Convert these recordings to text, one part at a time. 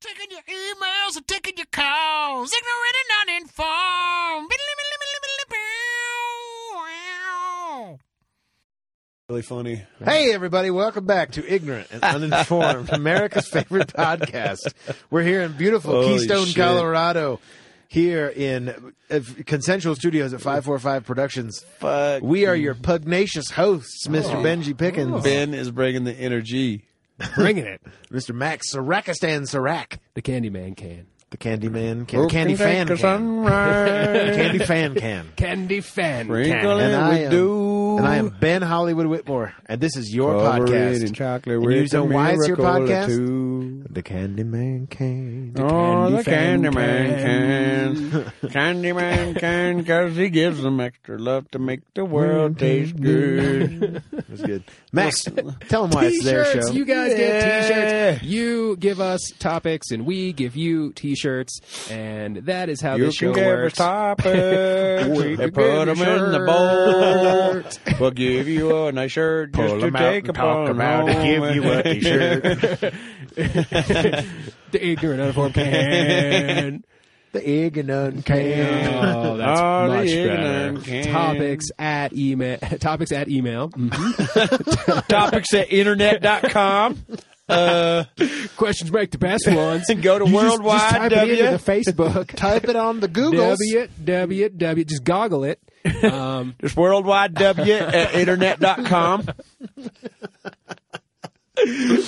Taking your emails and taking your calls. Ignorant and uninformed. Really funny. Hey, everybody, welcome back to Ignorant and Uninformed, America's favorite podcast. We're here in beautiful Holy Keystone, shit. Colorado, here in uh, Consensual Studios at 545 Productions. Fuck. We are your pugnacious hosts, Mr. Oh. Benji Pickens, Ben is bringing the energy. Bringing it. Mr. Max Sarakistan Sarak, The Candyman can. the Candy Man, can, Candy Fan Can, Candy Fan Can. Candy fan Sprinkle can. it. And And I, we am, do. and I am Ben Hollywood Whitmore, and this is your Covered podcast. in chocolate And with you say, a why is your miracle or podcast? two. The Candyman came. Oh, the Candy Candyman can. Candyman can, because he gives them extra love to make the world taste good. That's good. Max, tell them why it's their T-shirts. show. You guys Yeah. get T-shirts. You give us topics, and we give you T-shirts, and that is how You this show can give us works. topics and put them in the bowl. We'll give you a nice shirt just to take upon home. the ignorant uniform can. the egg and none can. Oh, that's Oh, the much better. ignorant can. Mm-hmm. Topics at email. Topics at email. topics at internet.com. Uh, Questions make the best ones. And go to You just- worldwide Just, type it W. into the Facebook. Type it on the Googles. W W W. Just goggle it. Um, just worldwide W at internet.com.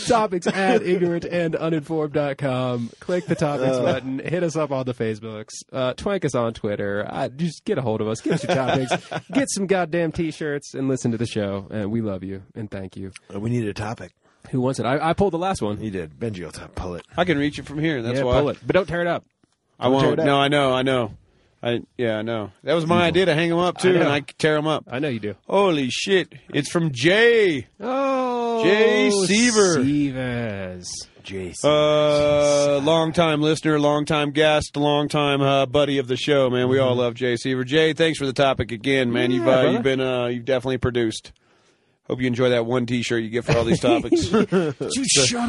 topics at ignorant and uninformed.com. Click the topics Uh. button. Hit us up on the Facebooks. Uh, twank us on Twitter. Uh, just get a hold of us. Get us your topics. get some goddamn t-shirts and listen to the show. And we love you and thank you. Uh, we need a topic. Who wants it? I, I pulled the last one. He did. Benji will top pull it. I can reach it from here. That's yeah, why pull it. But don't tear it up. I tear won't. it up. No, I know. I know. I yeah, I know. That was my idea to hang them up too, know. and I could tear them up. I know you do. Holy shit! It's from Jay. Oh, Jay Seaver. Severs. Jason. Uh, long time listener, long time guest, long time uh, buddy of the show, man. We all love Jay Seaver. Jay, thanks for the topic again, man. you've uh, Mm-hmm. brother. you've been uh, you've definitely produced. Hope you enjoy that one T-shirt you get for all these topics. You shut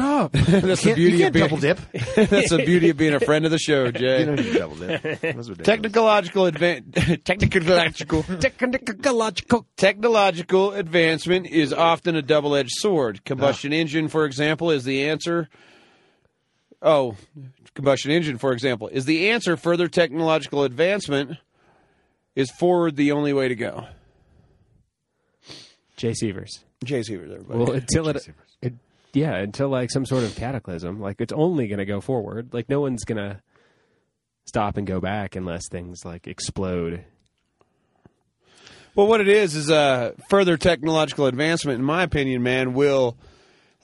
up. that's the can't, you beauty of can't being double dip. that's the beauty of being a friend of the show, You Jay. don't need to double dip. That's ridiculous. Technological advan technological Technological. technological advancement is often a double-edged sword. Combustion engine, for example, is the answer. Oh, combustion engine, for example, is the answer. Further technological advancement is forward the only way to go. Jay Severs. Jay Severs, everybody. Well, until it, it, yeah, until like some sort of cataclysm, like it's only going to go forward. Like no one's going to stop and go back unless things like explode. Well, what it is is uh, further technological advancement, in my opinion, man, will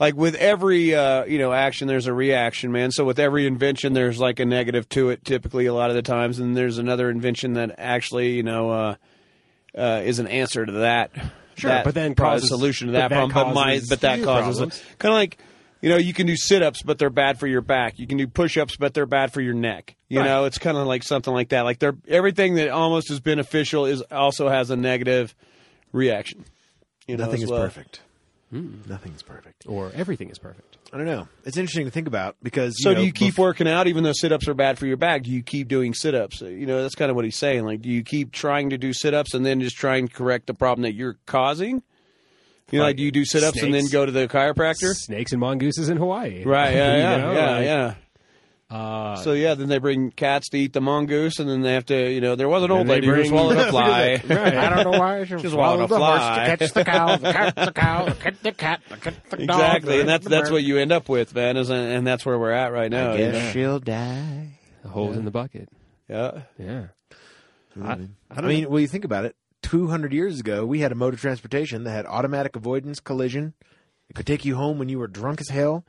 like with every uh, you know action, there's a reaction, man. So with every invention, there's like a negative to it, typically a lot of the times, and there's another invention that actually you know uh, uh, is an answer to that. Sure, that but then pro- causes- solution to but that that problem, but my causes but that new causes problems. kind of like. You know, you can do sit-ups, but they're bad for your back. You can do push-ups, but they're bad for your neck. You Right. know, it's kind of like something like that. Like they're everything that almost is beneficial is also has a negative reaction. You know, uh, Nothing as is well. perfect. Nothing's perfect. Or everything is perfect. I don't know. It's interesting to think about because. You So know, do you keep bef- working out even though sit-ups are bad for your back? Do you keep doing sit-ups? You know, that's kind of what he's saying. Like, do you keep trying to do sit-ups and then just try and correct the problem that you're causing? You know, like, do you do sit-ups and then snakes? go to the chiropractor? Snakes and mongooses in Hawaii. Right. Yeah. You Yeah. know, yeah. like, yeah. uh, So yeah, then they bring cats to eat the mongoose, and then they have to, you know, there was an old they lady who bring- swallowed a fly. I don't know why. She's swallowed a fly. Horse to catch the cow, the cat, the cow, the cat, the cat, the cat, the dog. Exactly, and that's the that's bird. what you end up with, man. Is and that's where we're at right now. I you guess know? she'll die. a hole in the bucket. Yeah. Yeah. I, I mean, well, you think about it. 200 years ago, we had a mode of transportation that had automatic avoidance collision. It could take you home when you were drunk as hell.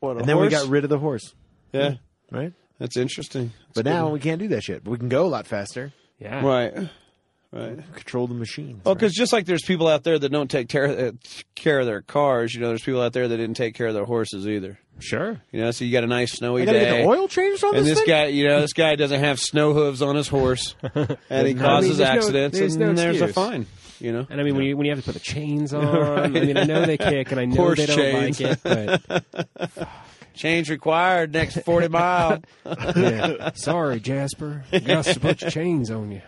What, a and then we horse? got rid of the horse, yeah. right? That's interesting. but now we can't do that shit. But we can go a lot faster, Yeah. Right. Right. control the machines. Well, because just like there's people out there that don't take ter- uh, care of their cars, you know, there's people out there that didn't take care of their horses either. Sure. You know, so you got a nice snowy I gotta day. get the oil changed on and this, this thing? guy, you know, this guy doesn't have snow hooves on his horse, and he mean, causes there's no- accidents, there's and no there's a excuse. fine. You know, And I mean, when, you, when you have to put the chains on, I mean, I know they kick and I know Horse they don't chains. like it, but Change required next 40 mile. Yeah. Sorry, Jasper. Got a bunch of chains on you.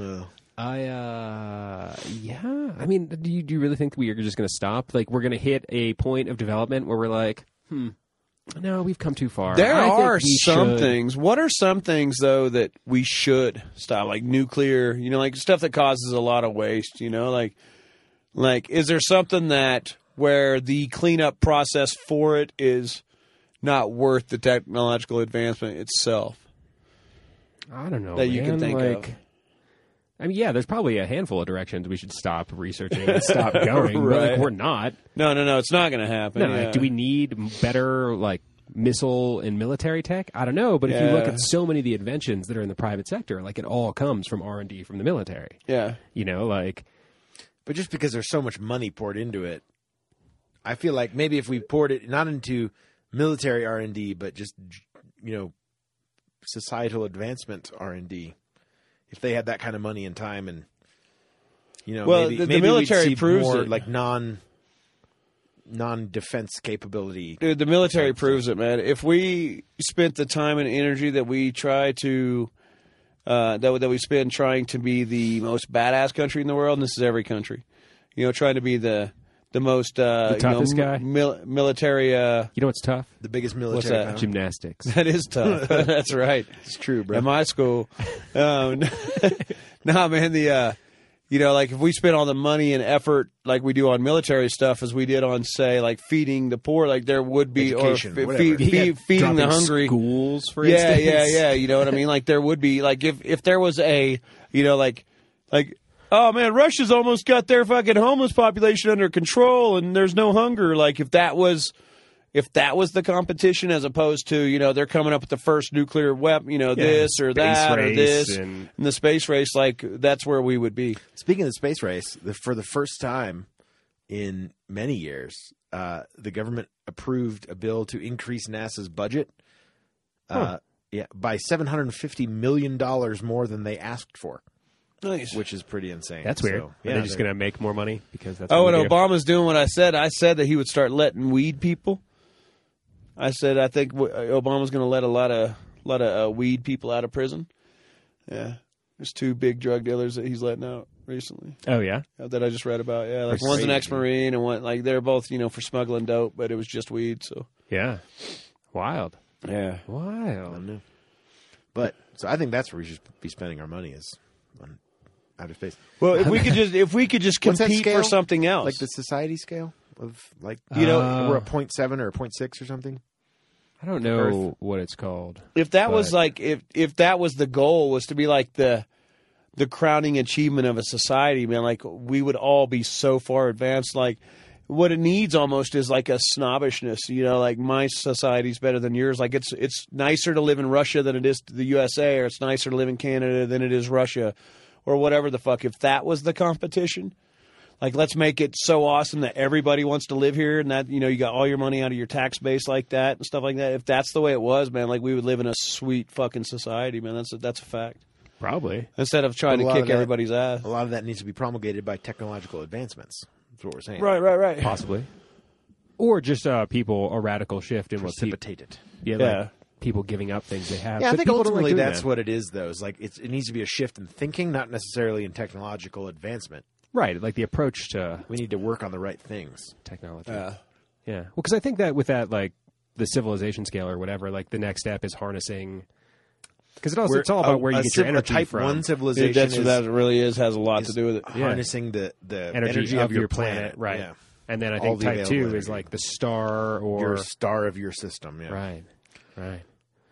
Ugh. I uh yeah. I mean, do you do you really think we are just going to stop? Like we're going to hit a point of development where we're like, hmm, no, we've come too far. There I think are we some should- things. What are some things though that we should stop, like nuclear? You know, like stuff that causes a lot of waste. You know, like like is there something that where the cleanup process for it is not worth the technological advancement itself? I don't know that you can man, think of. like, I mean, yeah, there's probably a handful of directions we should stop researching and stop going. But Right. like, we're not. No, no, no. It's not going to happen. No, yeah. like, do we need better like missile and military tech? I don't know, but if you look Yeah. at so many of the inventions that are in the private sector, like it all comes from R and D from the military. Yeah. You know, like But just because there's so much money poured into it, I feel like maybe if we poured it not into military R and D, but just you know societal advancement R and D, if they had that kind of money and time and you know, Well, maybe, the- the maybe we'd military see proves more it. like non non defense capability. Dude, the military proves it, man. If we spent the time and energy that we try to uh, that that we spend trying to be the most badass country in the world, and this is every country, you know, trying to be the the most uh, The toughest you know, guy? mil- military. Uh, you know, it's tough. The biggest military. that? power. Gymnastics. that is tough. That's right. It's true, bro. At my school, um, nah, man. The uh, you know, like if we spent all the money and effort like we do on military stuff, as we did on say like feeding the poor, like there would be Education, or fe- fe- whatever. fe- feeding the Dropping hungry. Schools, for yeah, instance. yeah, yeah. You know what I mean? Like there would be like if if there was a you know like like oh man, Russia's almost got their fucking homeless population under control and there's no hunger. Like if that was if that was the competition as opposed to you know they're coming up with the first nuclear weapon, you know this or Space that or race this and- and the space race. Like that's where we would be. Speaking of the space race, the, for the first time in many years, uh, the government approved a bill to increase NASA's budget. Uh, yeah, by seven hundred and fifty million dollars more than they asked for, Nice. which is pretty insane. That's weird. So, yeah, yeah, they're just they're- going to make more money because that's Oh, what and we do. Obama's doing what I said. I said that he would start letting weed people. I said I think w- Obama's going to let a lot of lot of uh, weed people out of prison. Yeah, there's two big drug dealers that he's letting out recently Oh, yeah. uh, that I just read about. Yeah, like That's one's an crazy. ex-marine and one like they're both you know for smuggling dope, but it was just weed. So Yeah. Wild. yeah, I Wild. don't know. But so I think that's where we should be spending our money is on outer space, Well, if we could just if we could just What's that compete scale? for something else, like the society scale of like you know, Uh, we're a point seven or a point six or something. I don't know what it's called. if that was but- like if if that was the goal was to be like the the crowning achievement of a society, man, like we would all be so far advanced. Like what it needs almost is like a snobbishness, you know, like my society's better than yours. Like it's it's nicer to live in Russia than it is to the USA, or it's nicer to live in Canada than it is Russia, or whatever the fuck. If that was the competition, like let's make it so awesome that everybody wants to live here and that you know you got all your money out of your tax base like that and stuff like that if that's the way it was man like we would live in a sweet fucking society man that's a, that's a fact Probably. instead of trying But a to lot kick of that- everybody's ass A lot of that needs to be promulgated by technological advancements. That's what we're saying. right right right Possibly. Or just uh, people, a radical shift in what people, Precipitate it. yeah, Yeah. Like, people giving up things they have. Yeah, I But think people don't ultimately like doing that's that. what it is, though. Is like it's, it needs to be a shift in thinking, not necessarily in technological advancement. Right. Like the approach to We need to work on the right things. technology. Yeah. Yeah. Well, because I think that with that, like the civilization scale or whatever, like the next step is harnessing. Because it also We're- it's all about a- where you a get your civ- a energy type from. One civilization Dude, that's is what that really is has a lot to is do with it harnessing the the energy, of, your planet, right? Yeah. And then I All think the type two available is energy. like the star or Your star of your system, yeah. right, right.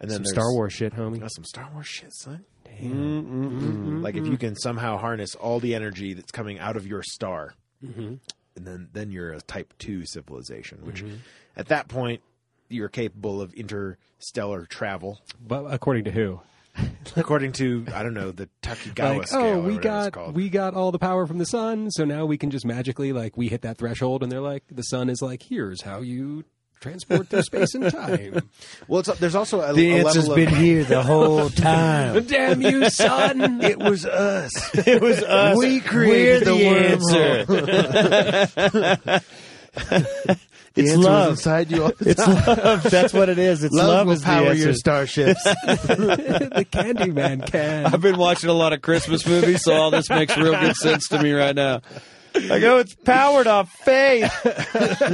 And then Some there's- Star Wars shit, homie. Got some Star Wars shit, son. Mm-hmm. Like if you can somehow harness all the energy that's coming out of your star, and then then you're a type two civilization, which at that point you're capable of interstellar travel, But according to who? according to I don't know the Takigawa Like, scale. oh, or we whatever it's got called. we got all the power from the sun, so now we can just magically like we hit that threshold, and they're like the sun is like here's how you transport through space and time. Well, it's, there's also a, a level of here the whole time Damn you, sun! it was us. it was us We created We're the wormhole. answer The It's answer was love. inside you all the It's time. love. That's what it is. It's love, will is the power answer. your starships. the Candyman I've can. been watching a lot of Christmas movies, so all this makes real good sense to me right now. Like, oh, it's powered off faith.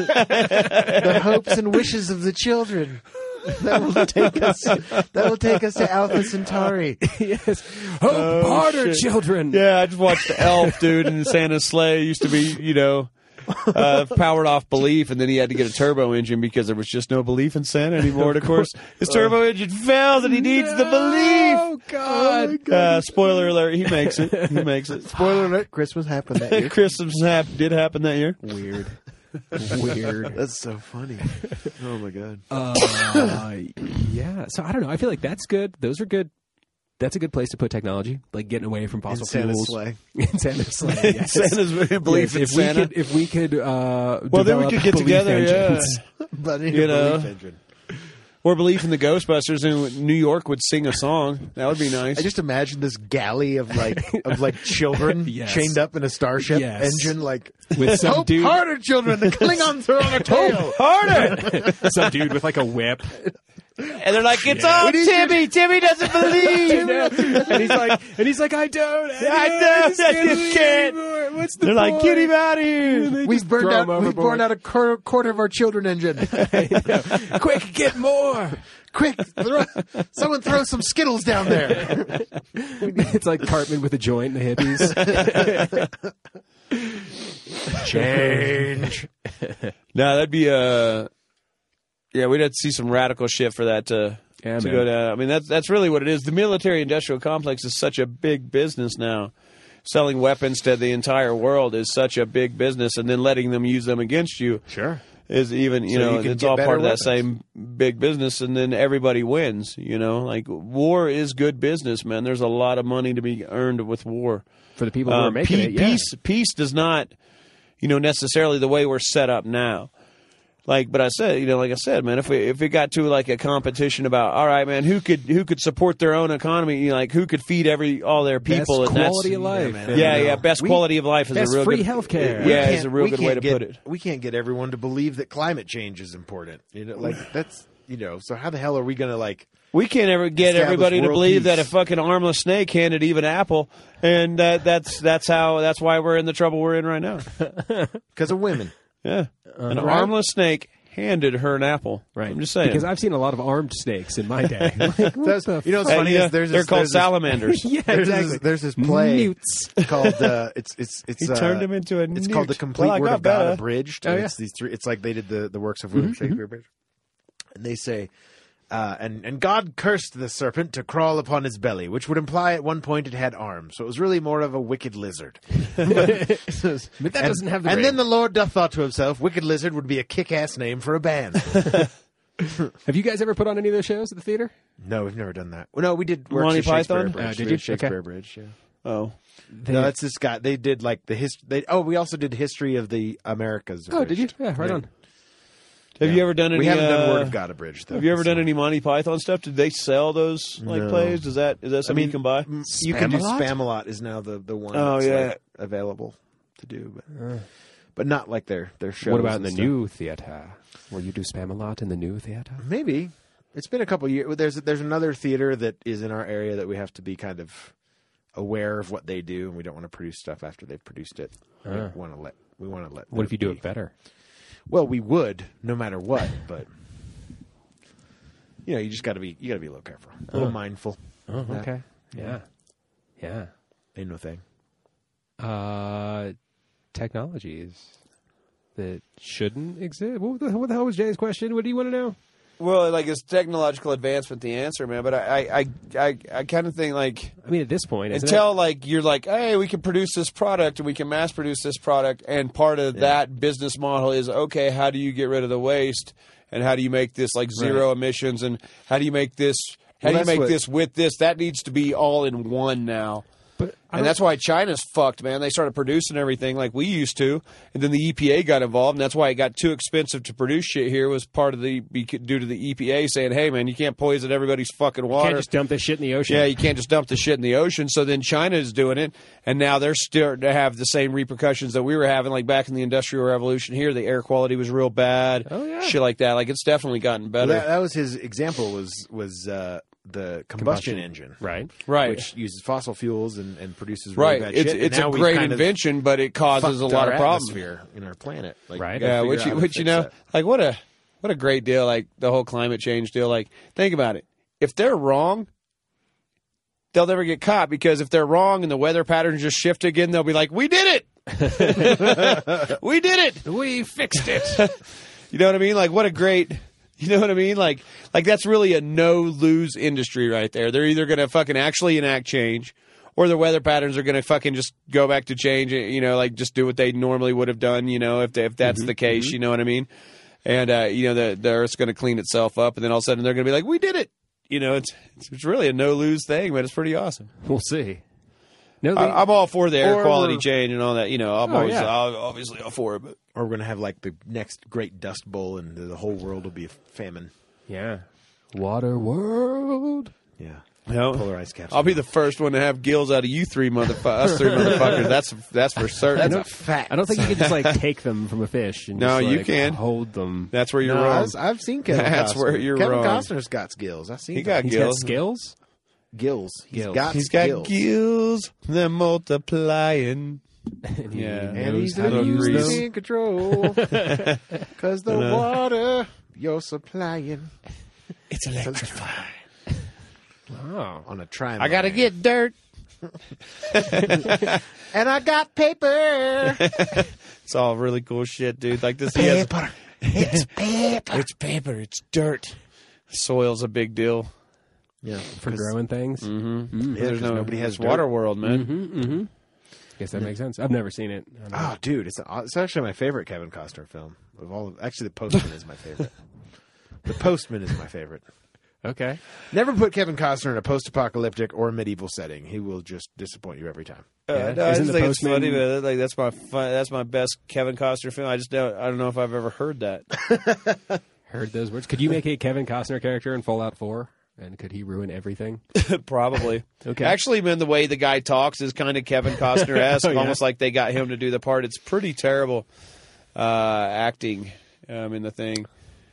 the hopes and wishes of the children. That will take us. That will take us to Alpha Centauri. yes. Hope harder, children. Oh, Yeah, I just watched Elf, dude, and Santa's sleigh used to be, you know, uh, powered off belief, and then he had to get a turbo engine because there was just no belief in Santa anymore. And of course, his turbo engine fails, and he needs the belief. Oh God. Uh, spoiler alert: He makes it. He makes it. Spoiler alert: Christmas happened that year. Christmas hap- did happen that year. Weird. Weird. That's so funny. Oh my god. Uh, yeah. So I don't know. I feel like that's good. Those are good. That's a good place to put technology, like getting away from fossil fuels. In Santa's sleigh. Yes. Santa's belief Yes, in if Santa. we could, if we could, uh, well, then we develop could get belief together, engines. yeah. But You know. Or belief in the Ghostbusters, and New York would sing a song. That would be nice. I just imagine this galley of like of like children Yes. chained up in a starship Yes. engine, like with some hope dude, harder, children. The Klingons are on our tail. harder. some dude with like a whip, And they're like, it's all Timmy. Timmy doesn't believe. and he's like, and he's like, I don't, I don't, just can't I just believe can't. anymore. What's the They're like, point? get him out of here. They We've just burned throw out. him We've overboard. burned out a quarter, quarter of our children engine. Quick, get more. Quick, throw, someone throw some Skittles down there. it's like Cartman with a joint in the hippies. Change. No, that'd be Uh, yeah, we'd have to see some radical shit for that to, Yeah, to man. go down. I mean, that's that's really what it is. The military-industrial complex is such a big business now. Selling weapons to the entire world is such a big business, and then letting them use them against you Sure. is even you So you know can it's get all better part weapons. of that same big business and then everybody wins you know like war is good business man there's a lot of money to be earned with war For the people who are Um, making pe- it, yeah. peace peace does not you know necessarily the way we're set up now like but i said you know like i said man if we if it got to like a competition about all right man who could who could support their own economy you know, like who could feed every all their people Best and that's quality of life. yeah yeah best We- quality of life is best a real free good healthcare. yeah We is a can't- real we good can't way to get- put it We can't get everyone to believe that climate change is important. You know, like that's you know. So how the hell are we going to like? We can't ever get Establish everybody to world believe that a peace. fucking armless snake handed Eve an apple, and that that's that's how that's why we're in the trouble we're in right now. Because of women. Yeah, Uh, an armless snake handed her an apple. Right. I'm just saying. Because I've seen a lot of armed snakes in my day. Like, what That's- the you know, what's And, funny yeah, is there's they're this, called there's this- salamanders. Yeah, There's, exactly. this, there's this play Newts. called uh, it's it's it's He uh, turned him into a It's called the newt. complete Well, I word got of God better. abridged. Oh, and yeah. Mm-hmm. It's these three. It's like they did the the works of William Shakespeare abridged. and they say. Uh, and and God cursed the serpent to crawl upon his belly, which would imply at one point it had arms. So it was really more of a wicked lizard. But that and, doesn't have the and ring. then the Lord doth thought to himself, Wicked Lizard would be a kick ass name for a band. Have you guys ever put on any of those shows at the theater? no, we've never done that. Well, no, we did works Monty of Shakespeare Python? Abridged. Oh, did We you? did Shakespeare Okay. Abridged, yeah. oh, No, that's this guy. They did like the history. They, oh, we also did history of the Americas. Oh, did you? abridged. Yeah, right on. have you ever done any? We haven't done uh, Word of God abridged though. Have you ever so- done any Monty Python stuff? Did they sell those like No. plays? Does that is that something you can buy? m- You can do Spamalot? Spamalot is now the the one. Oh, that's, yeah. like, available to do, but but not like their their shows. What about and in the stuff. new theater? Will you do spam a lot in the new theater? Maybe it's been a couple years. There's there's another theater that is in our area that we have to be kind of aware of what they do, and we don't want to produce stuff after they've produced it. We want to let we want to let. What if them you do be. it better? Well, we would no matter what, but you know, you just got to be you got to be a little careful, a little mindful. Oh, okay. Yeah. Yeah. Ain't no thing. Uh, technologies that shouldn't exist. What the, what the hell was Jay's question? What do you want to know? Well, like is technological advancement the answer, man? But I I I, I kind of think like. I mean, at this point, isn't until like you're like hey we can produce this product and we can mass produce this product and part of that business model is okay how do you get rid of the waste and how do you make this like zero emissions and how do you make this how do Well, you that's make what- this with this that needs to be all in one now But- And that's why China's fucked, man. They started producing everything like we used to, and then the EPA got involved, and that's why it got too expensive to produce shit here. Was part of the bec- due to the EPA saying, "Hey, man, you can't poison everybody's fucking water." Can't just dump this shit in the ocean. Yeah, you can't just dump the shit in the ocean. So then China is doing it, and now they're starting to have the same repercussions that we were having, like back in the Industrial Revolution. Here, the air quality was real bad. Oh, yeah. shit like that. Like it's definitely gotten better, that, that was his example. Was was uh, the combustion, engine, Right. right? Which uses fossil fuels and, and produces really right. bad It's shit. it's and a now we've great kind of invention, but it causes a fucked lot our of problems. atmosphere in our planet. Like, Right. we gotta Yeah, figure which out you, how to which you fix know, that. like what a what a great deal. Like the whole climate change deal. Like think about it. If they're wrong, they'll never get caught because if they're wrong and the weather patterns just shift again, they'll be like, "We did it. we did it. We fixed it. You know what I mean? Like what a great you know what I mean? Like like that's really a no lose industry right there. They're either gonna fucking actually enact change or the weather patterns are gonna fucking just go back to change eh, you know, like just do what they normally would have done, you know, if they, if that's the case, you know what I mean? And uh, you know, the the earth's gonna clean itself up and then all of a sudden they're gonna be like, We did it you know, it's it's- it's really a no lose thing, but it's pretty awesome. We'll see. Uh, No, the, I, I'm all for the air Or quality we're- change and all that. You know, I'm always yeah. I'll- obviously all for it, but or we're gonna have like the next great dust bowl, and the, the whole world will be a famine. yeah. Water World. Yeah, No. polarized caps. I'll be the first one to have gills out of you three motherfuckers. us three motherfuckers. That's that's for certain. a fact. I don't think you can just like take them from a fish and No, just, you like, can. hold them. that's where you're No, I wrong. was- I've seen Kevin. That's Costner. where you're Kevin wrong. Costner's got skills. I've seen. He them. got He's got gills. scales. gills. He's Gills. got. He's got gills. gills. They're multiplying. Yeah. And knows he's how to the use use them. in control. Cause the Uh-huh. water you're supplying It's electrifying. Oh, on a triumph. I gotta get dirt. and I got paper. It's all really cool shit, dude. Like this. he has- It's paper. it's paper. It's dirt. Soil's a big deal. Yeah, for growing things. There's 'cause no nobody has it's Water World, man. Mm-hmm. Guess that makes sense. I've never seen it. I don't know. Oh, dude, it's it's actually my favorite Kevin Costner film of all. Of, actually, The Postman is my favorite. The Postman is my favorite. Okay. Never put Kevin Costner in a post-apocalyptic or medieval setting. He will just disappoint you every time. Uh, no, I Isn't just the think it's Postman- funny, but like that's my fun, that's my best Kevin Costner film. I just don't I don't know if I've ever heard that. Heard those words. Could you make a Kevin Costner character in Fallout 4? And could he ruin everything? Probably. Okay. Actually, man, the way the guy talks is kind of Kevin Costner esque, Oh, yeah. almost like they got him to do the part. It's pretty terrible uh, acting um, in the thing.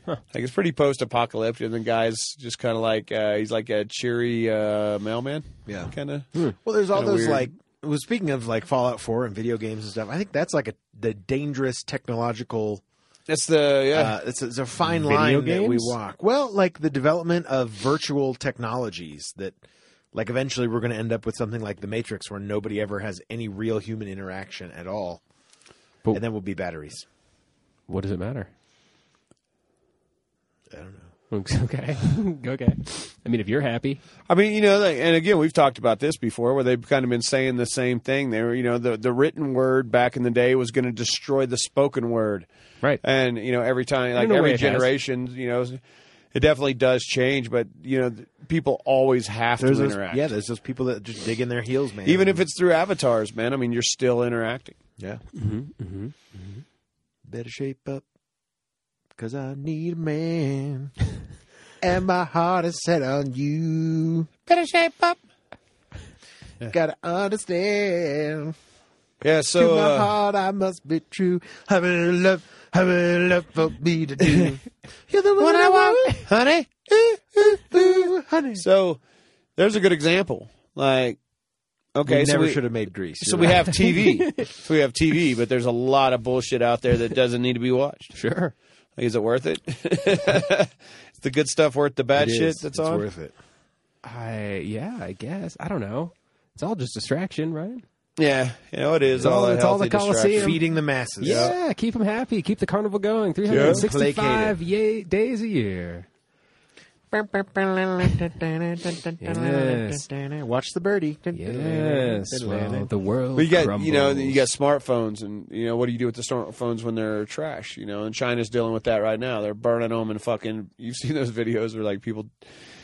Like it's pretty post apocalyptic, and the guy's just kind of like uh, he's like a cheery uh, mailman. Yeah. kind of. Well, there's all Kinda those weird. like. Well, speaking of like Fallout 4 and video games and stuff, I think that's like a the dangerous technological. That's the yeah. Uh, it's, it's a fine Video line that we games? walk. Well, like the development of virtual technologies that, like, eventually we're going to end up with something like the Matrix, where nobody ever has any real human interaction at all, But- and then we'll be batteries. What does it matter? I don't know. Okay. okay. I mean, if you're happy, I mean, you know, like, and again, we've talked about this before, where they've kind of been saying the same thing. They were, you know, the the written word back in the day was going to destroy the spoken word, Right. And you know, every time, like In a way every it has. generation, you know, it definitely does change. But you know, th- people always have There's to those, interact. yeah, there's those people that just dig in their heels, man. even if it's through avatars, man. I mean, you're still interacting. yeah, Mm-hmm. Mm-hmm. better shape up, cause I need a man, and my heart is set on you. Better shape up. Gotta understand. Yeah. So to my uh, heart, I must be true. Having love, having love for me to do. You're the one I want, honey, ooh, ooh, ooh, honey. so there's a good example. Like, okay, so we, have made Grease. so we have TV. so we have TV, but there's a lot of bullshit out there that doesn't need to be watched. sure. Like, is it worth it? is the good stuff worth the bad shit that's on? it. I yeah, I guess. I don't know. It's all just distraction, right? yeah, you know it is. all- all, that it's all healthy the distraction. Colosseum. Feeding the masses. Yeah, keep them happy. Keep the carnival going. 365 yay, days a year. Yes. Watch the birdie. Yes. Well, the world But you got you know crumbles. you got smartphones and you know what do you do with the smartphones when they're trash? You know, and China's dealing with that right now. They're burning them and fucking. You've seen those videos where like people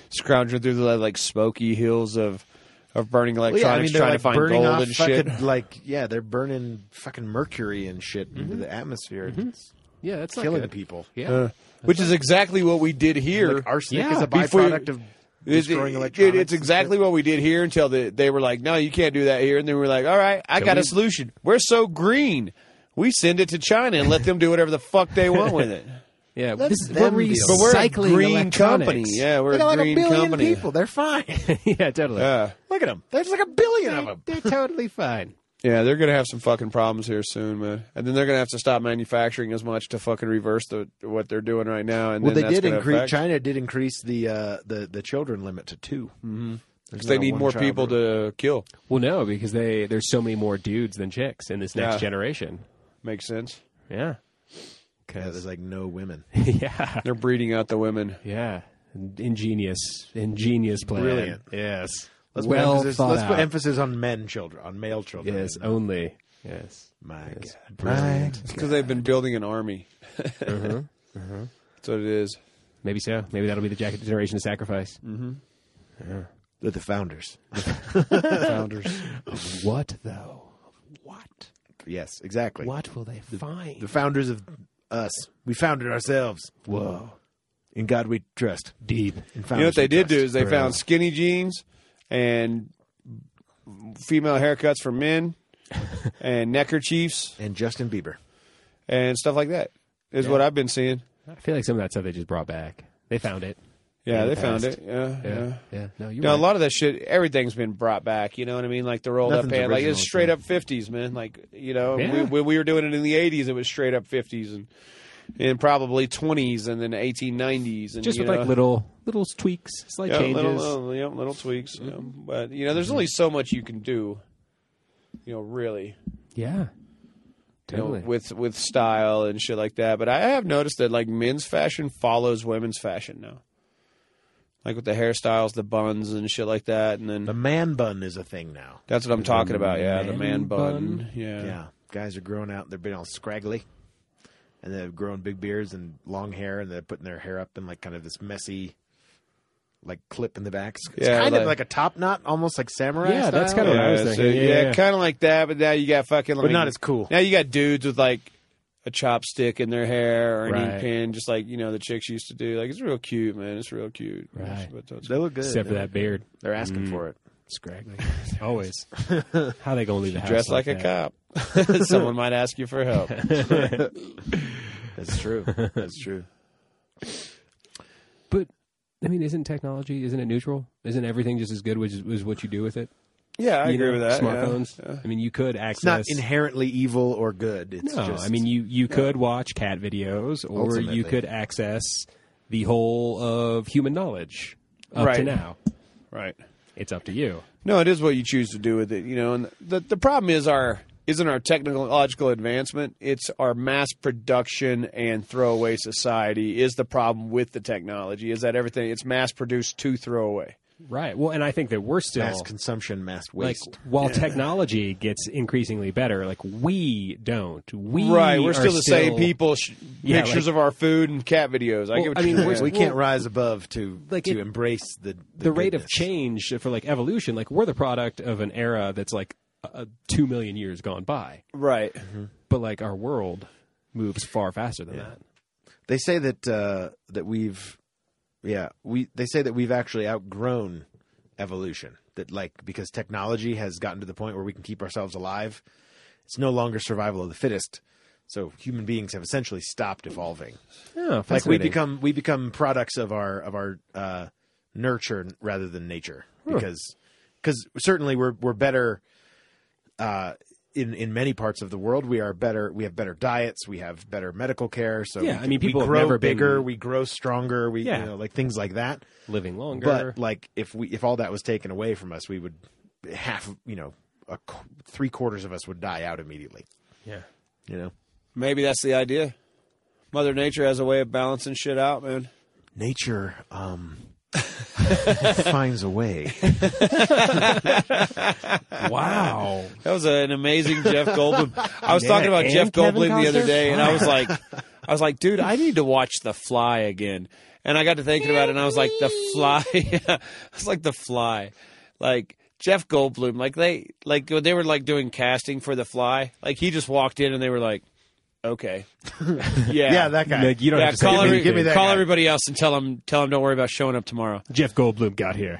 scrounging through the like smoky hills of of burning Well, electronics, yeah, I trying mean, they're like to find burning gold off and shit. fucking, like, yeah, they're burning fucking mercury and shit into the atmosphere. Mm-hmm. It's Yeah, that's not killing good. people. Yeah. Uh, which is exactly what we did here. Like arsenic Yeah. is a Before you- byproduct of It's- destroying it- electronics. It's exactly what we did here until the, they were like, no, you can't do that here. And then we were like, all right, I got a solution. We're so green. We send it to China and let them do whatever the fuck they want with it. Yeah, Let this, them we're deal. But we're recycling a green electronics. company. Yeah, we're They got a like a green billion company. people. They're fine. yeah, totally. Yeah. Look at them. There's like a billion of They're, them. they're totally fine. Yeah, they're gonna have some fucking problems here soon, man. And then they're gonna have to stop manufacturing as much to fucking reverse the what they're doing right now. And Well, then they that's did gonna increase. affect- China did increase the uh, the the children limit to 2 'cause They need more people to kill. Well, no, because they there's so many more dudes than chicks in this next Yeah. generation. Makes sense. Yeah, Yeah, there's like no women. yeah, They're breeding out the women. yeah. Ingenious, ingenious plan. Brilliant. Yes. Let's well put emphasis, thought let's out. put emphasis on men children, on male children. yes, only. Yes. Oh My Yes. God. Brilliant. Because they've been building an army. Uh-huh, Mhm. That's what it is. Maybe so. Maybe that'll be the jacket generation to sacrifice. Mm-hmm. They're the founders. Founders. What though? What? Yes, exactly. What will they find? The founders of us. We founded ourselves. Whoa. In God we trust. Deep. In You know what founders they we did do trust. is they found skinny jeans and female haircuts for men and neckerchiefs And Justin Bieber. and stuff like that. Is what I've been seeing. I feel like some of that stuff they just brought back. They found it. Yeah, In the they found past. it. Yeah, yeah. Yeah. Yeah. No, you. Now a lot of that shit, everything's been brought back. You know what I mean? Like the rolled Nothing's up pants, like original, it's straight up fifties, man. Like you know, Yeah. we, when we were doing it in the eighties, it was straight up fifties and and probably twenties and then eighteen nineties and just you with know, like little little tweaks, slight yeah, changes. Mm-hmm. little, little, yeah, little tweaks. you know. But you know, there's only so much you can do. You know, really. Yeah. you know, Totally. with with style and shit like that. But I have noticed that like men's fashion follows women's fashion now. Like with the hairstyles, the buns and shit like that, and then The man bun is a thing now. That's what I'm talking about. Yeah, the man man bun. bun. Yeah. Yeah. Guys are growing out. They're being all scraggly. And they're growing big beards and long hair. And they're putting their hair up in like kind of this messy, like clip in the back. It's it's Yeah, kind of like- like a top knot, almost like samurai. Yeah, that's style. kinda what I was so, thinking. Yeah, yeah. kind of like that, but now you got fucking like But not as cool. Now you got dudes with like a chopstick in their hair or an Right. ink pin, just like you know the chicks used to do. Like it's real cute, man. It's real cute. Right. But that's- They look good. Except for They're- that beard, They're asking for it. scraggly. Always. How they gonna leave the house? Dressed like, a that? cop. Someone might ask you for help. Mm. That's true. That's true. But I mean, isn't technology? Isn't it neutral? Isn't everything just as good which is, is what you do with it? Yeah, I You agree know, with that. yeah. Smartphones. I mean, you could It's not access. inherently evil or good. It's no, just I mean you you could watch cat videos, or Ultimately. you could access the whole of human knowledge up to Right. now. Right. It's up to you. No, it is what you choose to do with it, you know. And the the problem is our isn't our technological advancement; it's our mass production and throwaway society is the problem with the technology. Is that everything? It's mass produced to throw away. Right. Well, and I think that we're still mass consumption, mass like waste. while technology gets increasingly better, like we don't. We Right, we're are still the same people. Sh- Yeah, pictures like- of our food and cat videos. I Well, get what I you're mean, saying. we're- we well, can't rise above to like to it- embrace the the, the rate of goodness. change for like evolution, like we're the product of an era that's like uh, two million years gone by, right. but like our world moves far faster than that. They say that uh, that we've yeah we they say that we've actually outgrown evolution. That like because technology has gotten to the point where we can keep ourselves alive, it's no longer survival of the fittest. So human beings have essentially stopped evolving. Yeah, Like we become we become products of our of our uh, nurture rather than nature because because certainly we're we're better uh, in in many parts of the world we are better we have better diets we have better medical care so Yeah, we, I can- mean, people we have grow never been- bigger we grow stronger we Yeah. you know like things like that living longer. but like if we if all that was taken away from us we would half you know a, qu- three quarters of us would die out immediately yeah, you know Maybe that's the idea. Mother Nature has a way of balancing shit out, man. nature um finds a way wow. That was an amazing Jeff Goldblum. I was Yeah, talking about and Jeff Kevin Goldblum the other Costner? day, and I was like, I was like, dude, I need to watch The Fly again. And I got to thinking about it, and I was like, The Fly. I was like, The Fly. Like Jeff Goldblum, like they like they were like doing casting for The Fly. Like he just walked in and they were like, okay, yeah, Yeah, that guy. Like, you don't yeah, have to say call, anything. every- give me that call guy. everybody else and tell them tell them don't worry about showing up tomorrow. Jeff Goldblum got here.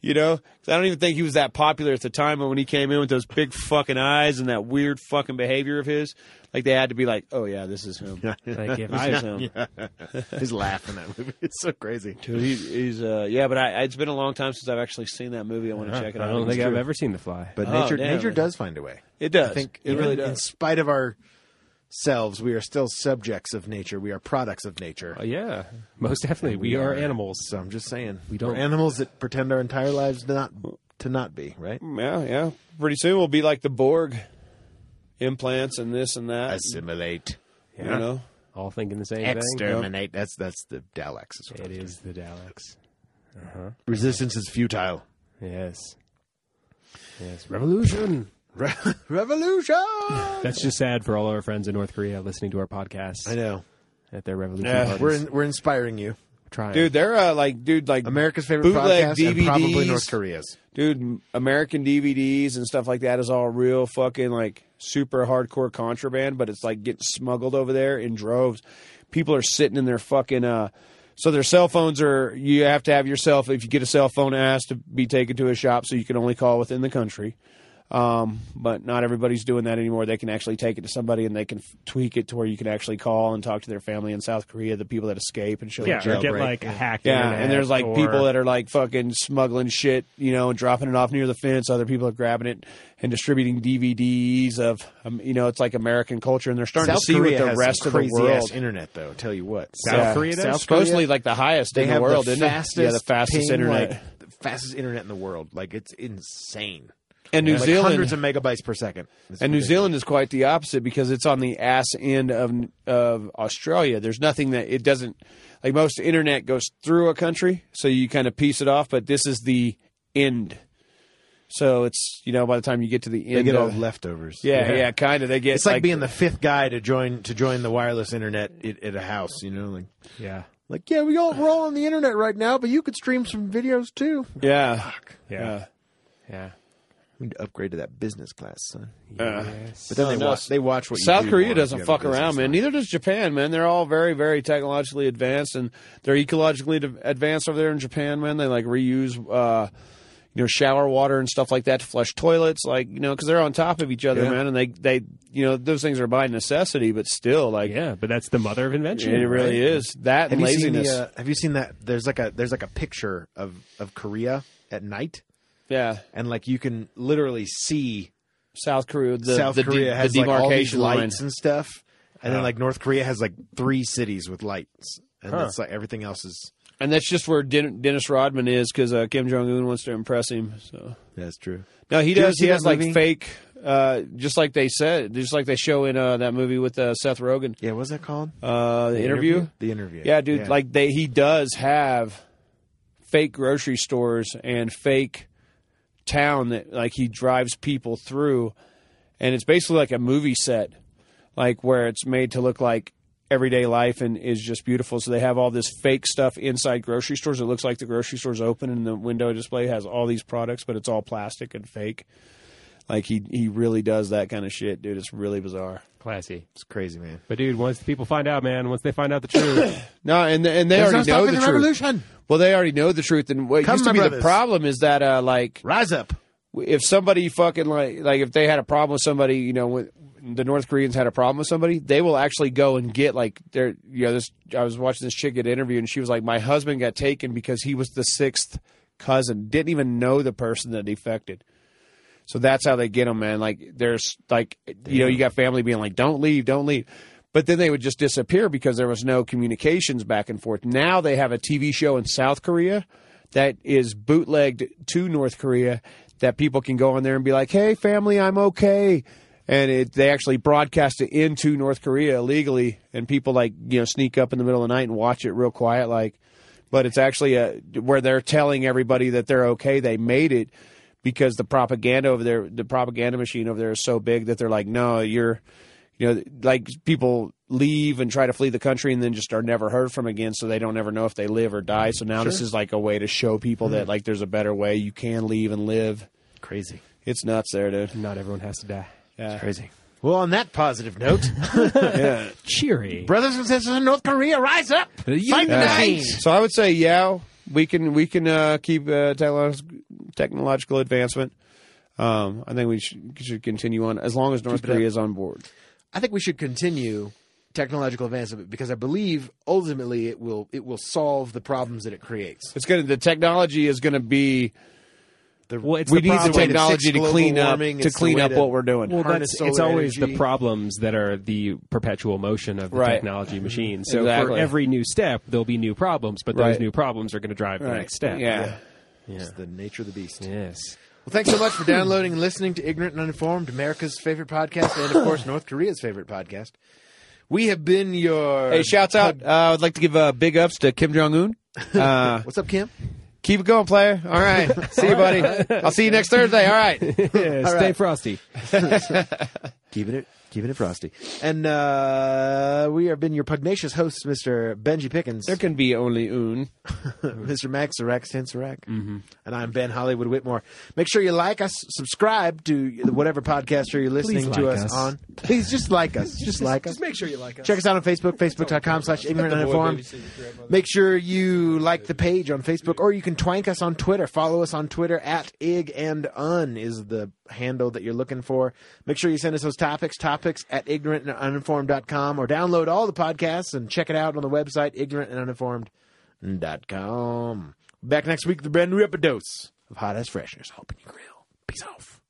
You know, 'Cause I don't even think he was that popular at the time. But when he came in with those big fucking eyes and that weird fucking behavior of his, like they had to be like, oh yeah, this is him. Like if This I is him. His laugh in that movie is so crazy. Dude, he, he's uh, yeah, but I, it's been a long time since I've actually seen that movie. I want to check it I out. don't think It's I've true. ever seen The Fly. But Oh, nature, damn. nature does find a way. It does. I think it really even in does. spite of our selves, we are still subjects of nature. We are products of nature. Uh, yeah, most definitely. We, are, animals. So I'm just saying, We don't- we're animals that pretend our entire lives to not to not be right. Yeah, yeah. Pretty soon we'll be like the Borg, implants and this and that. Assimilate, You know, All thinking the same thing. exterminate. That's that's the Daleks. Is what It I'm- is the Daleks. Resistance is futile. Yes. Yes. Revolution. Re- Revolution. That's just sad for all our friends in North Korea listening to our podcast I know. at their revolution parties. We're in, we're inspiring you. trying. dude, they're uh, like, dude, like America's favorite Bootleg podcast and probably DVDs. North Korea's. dude, m- American DVDs and stuff like that is all real fucking like super hardcore contraband, but it's like getting smuggled over there in droves. People are sitting in their fucking uh so their cell phones are you have to have your cell if you get a cell phone it has to be taken to a shop so you can only call within the country. Um, but not everybody's doing that anymore. They can actually take it to somebody and they can f- tweak it to where you can actually call and talk to their family in South Korea, the people that escape and shit. like Yeah, that. or get Jailbreak. like hacked. Yeah, internet and there's like or- people that are like fucking smuggling shit, you know, and dropping it off near the fence. Other people are grabbing it and distributing DVDs of, um, you know, it's like American culture, and they're starting South to see Korea what the has rest some of the crazy world. ass internet, though. Tell you what, South Yeah. Korea does? South Korea- supposedly like the highest they in the have world, the isn't it? fastest, Yeah, the fastest ping, internet. like, the fastest internet in the world. Like it's insane. and New Like, Zealand, hundreds of megabytes per second. It's and New ridiculous. Zealand is quite the opposite because it's on the ass end of of Australia. There's nothing that it doesn't like. Most internet goes through a country, so you kind of piece it off. But this is the end. So it's you know by the time you get to the end, they get all of- leftovers. yeah, yeah, kind of. They get It's like, being the fifth guy to join to join the wireless internet at, at a house. You know, like yeah. like yeah, we all we're all on the internet right now, but you could stream some videos too. yeah, Yeah. Yeah. We need to upgrade to that business class, son. yeah. Uh, But then No, they no. watch they watch what you South do more Korea if you doesn't have a fuck around, business man. Neither does Japan, man. They're all very, very technologically advanced, and they're ecologically ad- advanced over there in Japan, man. They like reuse, uh, you know, shower water and stuff like that to flush toilets, like you know, because they're on top of each other, Yeah. man. And they, they, you know, those things are by necessity, but still, like, Yeah, but that's the mother of invention. it really right? is that Have and you seen the, laziness. uh, have you seen that? There's like a there's like a picture of of Korea at night, yeah, and like you can literally see South Korea, the, South the de- Korea has the like all these demarcation line. lights and stuff, and then like North Korea has like three cities with lights, and it's like everything else is and that's just where Den- Dennis Rodman is because uh, Kim Jong Un wants to impress him. So that's true. No, he Do you ever does. see He has that like movie? fake, uh, just like they said, just like they show in uh, that movie with uh, Seth Rogen, Yeah, what's that called? uh, the interview. The interview. Yeah, dude. Like they, he does have fake grocery stores and fake town that like he drives people through, and it's basically like a movie set, like where it's made to look like everyday life and is just beautiful. So they have all this fake stuff inside grocery stores. It looks like the grocery store's open and the window display has all these products, but it's all plastic and fake. Like he he really does that kind of shit, dude. It's really bizarre. Classy. it's crazy, man. But dude, once the people find out, man, once they find out the truth, No, and and they already know the, truth. Well, they already know the truth, and what Come, used to my be the brothers. problem is that uh, like Rise up. if somebody fucking like like if they had a problem with somebody, you know, with the North Koreans had a problem with somebody, they will actually go and get like their you know this. I was watching this chick get interviewed, and she was like, "My husband got taken because he was the sixth cousin, didn't even know the person that defected." So that's how they get them, man. Like there's like you know you got family being like, "Don't leave, don't leave." But then they would just disappear because there was no communications back and forth. Now they have a TV show in South Korea that is bootlegged to North Korea that people can go on there and be like, "Hey, family, I'm okay." And it, they actually broadcast it into North Korea illegally, and people like you know sneak up in the middle of the night and watch it real quiet, like. But it's actually a, where they're telling everybody that they're okay. They made it because the propaganda over there, the propaganda machine over there is so big that they're like, no, you're, you know, like people leave and try to flee the country and then just are never heard from again, so they don't ever know if they live or die. So now this is like a way to show people that like there's a better way. You can leave and live. Crazy. It's nuts there, dude. Not everyone has to die. Yeah. Crazy. Well, on that positive note, yeah. Cheery. brothers and sisters in North Korea, rise up! Fight the Yeah. machine! So I would say, yeah, we can we can uh, keep uh, technolo- technological advancement. Um, I think we should, should continue on as long as North it up. Korea is on board. I think we should continue technological advancement because I believe ultimately it will it will solve the problems that it creates. It's gonna the technology is gonna be The, Well, it's we the need the problem. technology to clean up warming. to It's the clean way up to- what we're doing. Well, harness that's, it's solar always energy. the problems that are the perpetual motion of the Right. technology machine. So Exactly. for every new step, there'll be new problems, but those Right. new problems are going to drive the Right. next step. Yeah. It's the nature of the beast. Yes. Well, thanks so much for downloading and listening to Ignorant and Uninformed, America's favorite podcast, and of course North Korea's favorite podcast. We have been your Hey, shouts out! Uh, I'd like to give uh, big ups to Kim Jong Un. Uh, What's up, Kim? keep it going, player. All right, see you, buddy. I'll see you next Thursday. All right. Yeah, stay frosty. Keeping it keeping it frosty. And uh, we have been your pugnacious hosts, Mr. Benji Pickens, There can be only Un. Mr. Max Arax Tensorak, mm-hmm. and I'm Ben Hollywood Whitmore. Make sure you like us, subscribe to whatever podcaster you're listening Please to like us, us. on. Please just like us. Just, like us. Make sure you like us. Check us out on Facebook, facebook.com slash ignorant uninformed. Make sure you like the page on Facebook, or you can twank us on Twitter. Follow us on Twitter at ig and un is the handle that you're looking for. Make sure you send us those topics, topics at ignorant and uninformed.com, or download all the podcasts and check it out on the website, ignorant and uninformed.com. Back next week with a brand new epidose of hot ass fresheners. Open your grill. Peace off.